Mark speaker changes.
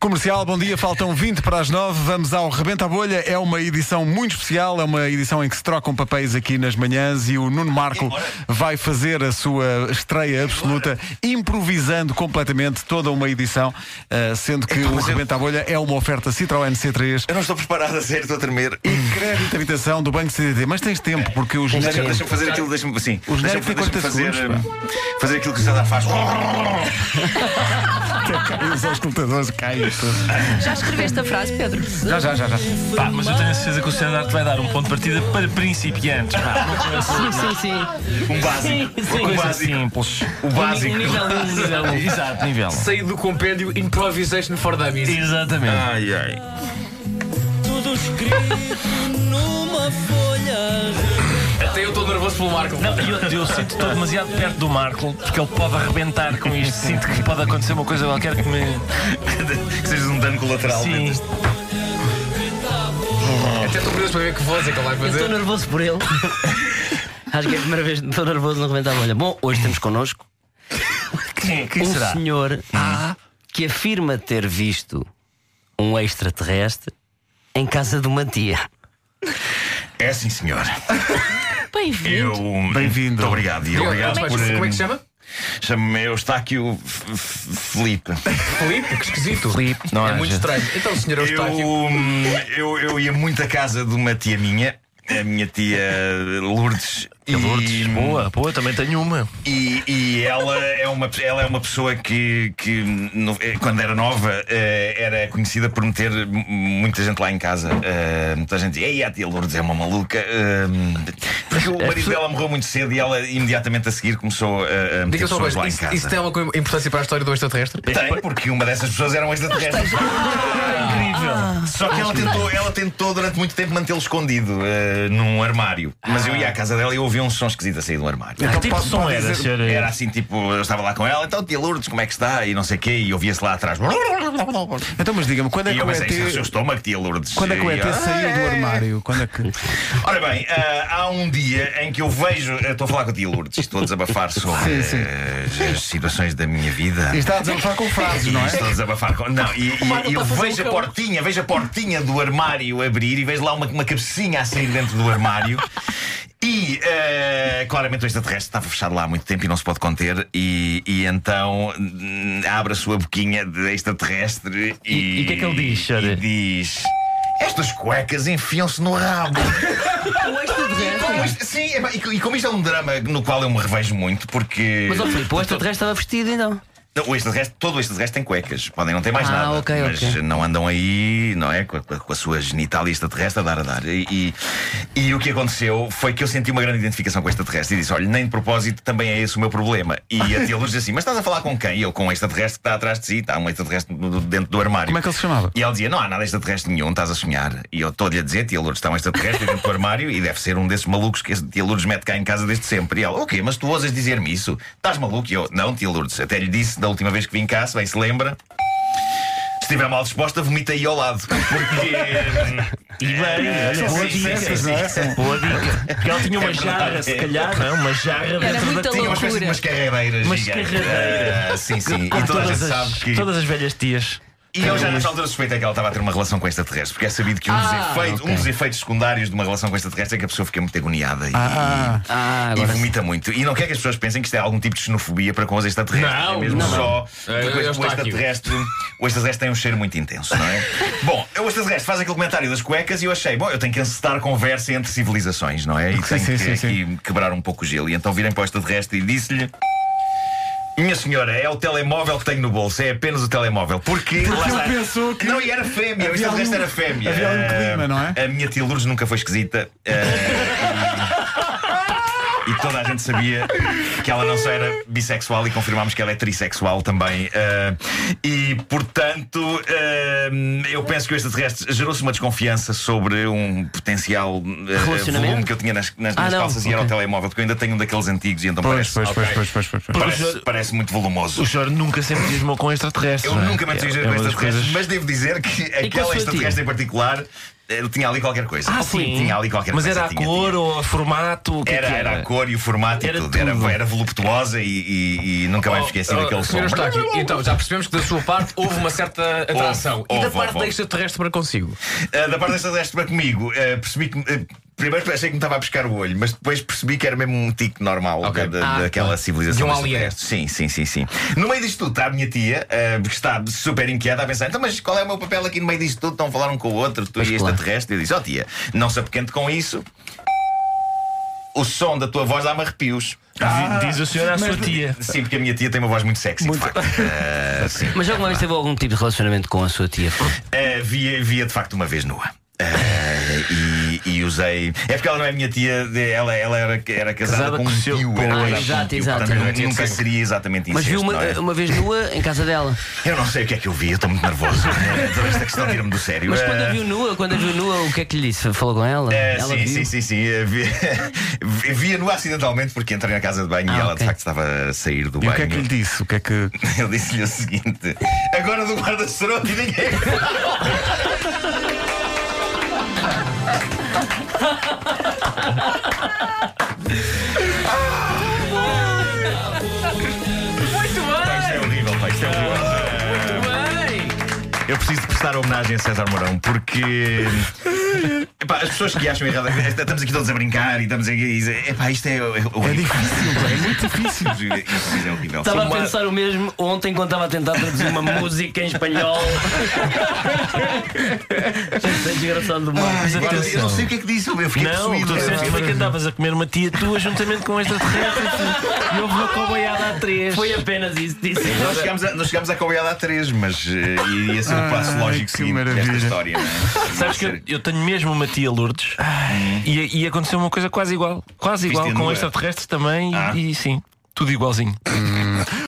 Speaker 1: Comercial, bom dia, faltam 20 para as 9, vamos ao Rebenta a Bolha, é uma edição muito especial, é uma edição em que se trocam papéis aqui nas manhãs e o Nuno Marco vai fazer a sua estreia absoluta, improvisando completamente toda uma edição, ah, sendo que o
Speaker 2: mas eu-
Speaker 1: Rebenta a Bolha é uma oferta Citroën C3
Speaker 2: Eu não estou preparado a sério, estou a tremer.
Speaker 1: e crédito à habitação do Banco CDT, mas tens tempo, porque os
Speaker 2: Deixa- Deixa-me fazer aquilo, deixa-me assim. Deixa-me
Speaker 1: genérico tem
Speaker 2: deixa-me
Speaker 1: quantos
Speaker 2: fazer,
Speaker 1: segundos,
Speaker 2: eh, fazer aquilo que o Zelda faz.
Speaker 1: os escutadores caem.
Speaker 3: Já escreveste a frase, Pedro?
Speaker 1: Já, já, já, já.
Speaker 4: Pá, mas eu tenho a certeza que o Standard vai dar um ponto de partida para principiantes. Pá, uma coisa
Speaker 5: Sim, sim, sim.
Speaker 2: Um básico.
Speaker 5: Sim, sim.
Speaker 2: Um
Speaker 4: quase
Speaker 2: básico.
Speaker 4: simples.
Speaker 2: O básico.
Speaker 5: Um nível um, um nível um.
Speaker 4: Exato, nível.
Speaker 5: Saí do compêndio Improvisation for Dummies.
Speaker 4: Exatamente.
Speaker 2: Ai, ai.
Speaker 6: Tudo escrito numa folha.
Speaker 5: Até eu estou nervoso pelo Marco.
Speaker 4: Não, eu, eu sinto que estou demasiado perto do Marco, porque ele pode arrebentar com isto. Sinto que pode acontecer uma coisa qualquer que me.
Speaker 2: que sejas um dano colateral.
Speaker 4: Sim.
Speaker 5: Até estou curioso para ver que voz é que ele vai
Speaker 7: Eu estou
Speaker 5: fazer.
Speaker 7: nervoso por ele. Acho que é a primeira vez que estou nervoso no reventar a bolha. Bom, hoje temos connosco
Speaker 4: Quem, quem
Speaker 7: um
Speaker 4: será?
Speaker 7: senhor
Speaker 2: Ah.
Speaker 7: que afirma ter visto um extraterrestre em casa de uma tia.
Speaker 2: É sim, senhor.
Speaker 3: Bem-vindo.
Speaker 2: Eu.
Speaker 1: Bem-vindo.
Speaker 2: Muito obrigado. E obrigado
Speaker 5: Como é que-
Speaker 2: por. eh,
Speaker 5: Como é que se chama?
Speaker 2: Chamo-me Eustáquio F- F- Felipe.
Speaker 5: Felipe, que esquisito.
Speaker 4: Filipe, não
Speaker 5: É
Speaker 4: haja.
Speaker 5: muito estranho. Então, senhor Eustáquio.
Speaker 2: Eu, hum, eu, eu ia muito à casa de uma tia minha, a minha tia eh, Lourdes.
Speaker 5: É
Speaker 4: E Lourdes,
Speaker 2: e,
Speaker 4: boa, boa, também tenho uma.
Speaker 2: E, e ela, é uma, ela é uma pessoa que, que no- eh, quando era nova, eh, era conhecida por meter m- muita gente lá em casa. Eh, muita gente dizia, ei, a tia Lourdes é uma maluca. Eh, porque
Speaker 5: É,
Speaker 2: o marido dela morreu muito cedo e ela, imediatamente a seguir, começou a, a meter
Speaker 5: Diga só
Speaker 2: pessoas
Speaker 5: uma coisa,
Speaker 2: lá em
Speaker 5: isso,
Speaker 2: casa.
Speaker 5: isso tem alguma coisa- importância para a história do extraterrestre?
Speaker 2: Tem, porque uma dessas pessoas era um extraterrestre. Ah,
Speaker 4: Incrível.
Speaker 2: Só que ela tentou, ela tentou durante muito tempo mantê-lo escondido eh, num armário. Mas eu ia à casa dela e eu ouvia um som esquisito a sair do armário.
Speaker 1: Então
Speaker 4: que tipo de som era, senhor?
Speaker 1: eh,
Speaker 2: Era assim, tipo, eu estava lá com ela, então tia Lourdes, como é que está? E não sei o quê, e ouvia-se lá atrás.
Speaker 1: Então, mas diga-me, quando é
Speaker 2: E
Speaker 1: que
Speaker 2: eu
Speaker 1: o
Speaker 2: pensei, isto é o seu
Speaker 1: ET.
Speaker 2: estômago, tia Lourdes.
Speaker 1: Quando é que o
Speaker 2: E
Speaker 1: ET
Speaker 2: eu,
Speaker 1: saiu do
Speaker 2: "Ah, é,
Speaker 1: armário? Quando é que.
Speaker 2: Ora bem, ah, há um dia em que eu vejo. eu Estou a falar com a tia Lourdes, estou a desabafar
Speaker 1: Sim,
Speaker 2: sobre
Speaker 1: sim. é
Speaker 2: eh, as situações da minha vida.
Speaker 1: E está a desabafar com frases, não
Speaker 2: E
Speaker 1: é?
Speaker 2: Estou a desabafar com. Não, e, e-
Speaker 5: Marco
Speaker 2: e eu
Speaker 5: está a fazer
Speaker 2: vejo
Speaker 5: um
Speaker 2: a
Speaker 5: cão.
Speaker 2: portinha, vejo a portinha do armário abrir e vejo lá uma, uma cabecinha a sair dentro do armário. E eh, claramente o extraterrestre estava fechado lá há muito tempo e não se pode conter. E, e então hum, abre a sua boquinha de extraterrestre e.
Speaker 4: E- e o que é que ele diz, senhora?
Speaker 2: E diz. Estas cuecas enfiam-se no rabo. E como isto- Sim, epá, e co- e como isto é um drama no qual eu me revejo muito, porque.
Speaker 7: Mas ó Filipe, o extraterrestre estava vestido então.
Speaker 2: Não, o extraterrestre, todo o extraterrestre tem cuecas, podem não ter mais
Speaker 7: Ah,
Speaker 2: nada.
Speaker 7: ok,
Speaker 2: mas
Speaker 7: ok.
Speaker 2: não andam aí, não é? Com a, com a sua genitália extraterrestre a dar a dar. E, e, e o que aconteceu foi que eu senti uma grande identificação com o extraterrestre e disse: olha, nem de propósito também é esse o meu problema. E a tia Luz disse assim: mas estás a falar com quem? E eu com um extraterrestre que está atrás de si, está um extraterrestre no- no- dentro do armário.
Speaker 1: Como é que ele se chamava?
Speaker 2: E ela dizia: Não há nada extraterrestre nenhum, estás a sonhar. E eu estou-lhe a dizer: Tia Lourdes está um extraterrestre dentro do armário e deve ser um desses malucos que esse Tia Lourdes mete cá em casa desde sempre. E ela: Ok, mas tu ousas dizer-me isso? Estás maluco? E eu: Não, Tia Lourdes, até lhe disse da última vez que vim cá, se bem se lembra. Se estiver mal disposta, vomita aí ao lado. Porque. eh,
Speaker 4: E é, bem, olha, boa dica.
Speaker 1: dicas, não é? São-
Speaker 4: Boa dica. Porque ela tinha uma
Speaker 2: É
Speaker 4: jarra,
Speaker 2: verdade.
Speaker 4: se calhar, não é? Uma jarra
Speaker 3: Era
Speaker 4: dentro da
Speaker 3: muita
Speaker 4: tia.
Speaker 2: Tinha uma espécie de umas carreiras
Speaker 4: Umas
Speaker 2: gigantes.
Speaker 4: carradeiras.
Speaker 2: Ah, sim, sim.
Speaker 4: Como
Speaker 2: E toda a gente
Speaker 4: as-
Speaker 2: sabe que.
Speaker 4: Todas as velhas tias.
Speaker 2: E eu já nessa altura suspeitei que ela estava a ter uma relação com extraterrestres, porque é sabido que um dos, efeitos, um dos efeitos secundários de uma relação com extraterrestre é que a pessoa fica muito agoniada e,
Speaker 7: Ah,
Speaker 2: e
Speaker 7: agora.
Speaker 2: vomita muito. E não quer que as pessoas pensem que isto é algum tipo de xenofobia para com os extraterrestres.
Speaker 5: Não,
Speaker 2: é mesmo
Speaker 5: não,
Speaker 2: só.
Speaker 5: não. É,
Speaker 2: porque
Speaker 5: eu
Speaker 2: o,
Speaker 5: estou aqui.
Speaker 2: extraterrestre, o extraterrestre tem um cheiro muito intenso, não é? Bom, o extraterrestre faz aquele comentário das cuecas e eu achei, bom, eu tenho que encetar conversa entre civilizações, não é? E tenho
Speaker 1: sim,
Speaker 2: que
Speaker 1: sim,
Speaker 2: aqui quebrar um pouco o gelo. E então virem para o extraterrestre e disse-lhe. Minha senhora, é o telemóvel que tenho no bolso, é apenas o telemóvel. Porque, lá
Speaker 1: ele
Speaker 2: está.
Speaker 1: pensou que-
Speaker 2: Não, e era fêmea, o
Speaker 1: Havia
Speaker 2: extraterrestre
Speaker 1: ali
Speaker 2: era
Speaker 1: um-
Speaker 2: fêmea.
Speaker 1: havia ali um
Speaker 2: Eh,
Speaker 1: clima, não é? Então,
Speaker 2: A minha tia Lourdes nunca foi esquisita. eh, e toda a gente sabia que ela não só era bissexual e confirmámos que ela é trissexual também. Ah, e, portanto, ah, eu penso que o extraterrestre gerou-se uma desconfiança sobre um potencial ah,
Speaker 7: Relacionamento?
Speaker 2: volume que eu tinha nas, nas
Speaker 7: Ah,
Speaker 2: minhas
Speaker 7: não,
Speaker 2: calças e era o
Speaker 7: ok.
Speaker 2: telemóvel, porque eu ainda tenho um daqueles antigos e então
Speaker 1: Pois,
Speaker 2: parece,
Speaker 1: pois, pois,
Speaker 2: ok,
Speaker 1: pois, pois, pois, pois.
Speaker 2: parece, parece muito volumoso.
Speaker 4: O senhor nunca se entusiasmou com extraterrestres.
Speaker 2: Eu
Speaker 4: não é?
Speaker 2: nunca me
Speaker 4: É-
Speaker 2: entusiasmei
Speaker 4: é
Speaker 2: com
Speaker 4: uma das
Speaker 2: extraterrestres,
Speaker 4: coisas-
Speaker 2: mas devo dizer que
Speaker 7: com
Speaker 2: aquela
Speaker 7: a sua tia? Ah,
Speaker 2: extraterrestre em particular Eu tinha ali qualquer coisa. Tinha ali qualquer
Speaker 4: Ah, Mas
Speaker 2: coisa.
Speaker 4: era a
Speaker 2: tinha,
Speaker 4: cor
Speaker 2: tinha.
Speaker 4: ou a formato? O que é
Speaker 2: Era,
Speaker 4: que
Speaker 2: era a cor e o formato
Speaker 4: Era
Speaker 2: e tudo. Era,
Speaker 4: tudo.
Speaker 2: era voluptuosa e, e- e nunca mais me esqueci
Speaker 5: Oh,
Speaker 2: daquele som.
Speaker 5: senhor Eustáquio, então, já percebemos que da sua parte houve uma certa atração. e
Speaker 2: houve,
Speaker 5: da parte
Speaker 2: houve.
Speaker 5: da extraterrestre para consigo?
Speaker 2: Ah, da parte desta deste para comigo, ah, percebi que. ah, Primeiro achei que me estava a pescar o olho, mas depois percebi que era mesmo um tique normal
Speaker 5: Ok.
Speaker 2: da- da-
Speaker 5: Ah,
Speaker 2: daquela
Speaker 5: claro.
Speaker 2: civilização.
Speaker 5: De um
Speaker 2: extraterrestre. Sim, sim, sim, sim. No meio disto tudo está a minha tia, ah, que está super inquieta a pensar: então, mas qual é o meu papel aqui no meio disto tudo? Estão a falar um com o outro, tu e este extraterrestre. Eu disse: ó tia, não se apequente com isso. O som da tua voz dá-me arrepios.
Speaker 5: Ah.
Speaker 4: Diz o senhor à sua tia.
Speaker 2: Sim, porque a minha tia tem uma voz muito sexy, de facto. Ah, sim.
Speaker 7: Mas alguma vez teve algum tipo de relacionamento com a sua tia?
Speaker 2: Uh, via, via de facto uma vez nua. Uh, e, e usei. É porque ela não é minha tia, de- ela, ela era, era casada,
Speaker 4: Casada
Speaker 2: com
Speaker 4: com
Speaker 2: um
Speaker 4: o seu-
Speaker 2: tio.
Speaker 4: com-
Speaker 2: era
Speaker 4: Ah,
Speaker 2: casada
Speaker 7: exato,
Speaker 2: com um tio,
Speaker 7: exato.
Speaker 2: portanto,
Speaker 7: Não
Speaker 2: nunca
Speaker 5: tinha de sangue.
Speaker 2: seria exatamente
Speaker 7: Mas viu
Speaker 2: incesto,
Speaker 7: uma,
Speaker 2: não é?
Speaker 7: uma vez nua em casa dela.
Speaker 2: Eu não sei o que é que eu vi, eu estou muito nervoso. Ah, Toda esta questão tira-me do sério.
Speaker 7: Mas quando a
Speaker 2: Uh,
Speaker 7: viu nua, quando a viu nua, o que é que lhe disse? Falou com ela?
Speaker 2: É,
Speaker 7: ela
Speaker 2: sim,
Speaker 7: viu?
Speaker 2: sim, sim, sim. Eh, vi- Via-no acidentalmente porque entrei na casa de banho
Speaker 7: Ah,
Speaker 2: e ela
Speaker 7: ok.
Speaker 2: de facto estava a sair do
Speaker 1: E
Speaker 2: banho.
Speaker 1: o que é que lhe disse? O que é que.
Speaker 2: Eu disse-lhe o seguinte: agora do guarda-sorote e ninguém. Pá, isto é horrível, pá, isto é horrível. Eu preciso de prestar homenagem a César Mourão porque epá, as pessoas que acham errado, estamos aqui todos a brincar e estamos aqui e dizem, epá, isto é, é, horrível.
Speaker 1: É difícil,
Speaker 2: é muito difícil. Isto é horrível.
Speaker 7: Estava a pensar o mesmo ontem quando estava a tentar traduzir uma música em espanhol. Isso é desgraçado do mar.
Speaker 2: Agora, eu não sei o que é que disse, eu fiquei
Speaker 4: Ah,
Speaker 2: É,
Speaker 4: Não, o que
Speaker 2: possuído.
Speaker 4: tu disseste foi que andavas a comer uma tia tua juntamente com esta terrestre e houve uma coboiada a três.
Speaker 7: Foi apenas isso, disse.
Speaker 2: Nós chegámos, a, nós chegámos à Cobeada a 3, mas eh, iria ser o passo
Speaker 1: Ai,
Speaker 2: lógico
Speaker 1: que
Speaker 2: seguinte
Speaker 1: maravilha.
Speaker 2: desta história. não é?
Speaker 4: Sabes que eu, eu tenho mesmo uma tia Lourdes e, e aconteceu uma coisa quase igual. Quase igual
Speaker 2: Viste-a
Speaker 4: com
Speaker 2: nua?
Speaker 4: extraterrestres também e-
Speaker 2: Ah.
Speaker 4: e sim, tudo igualzinho.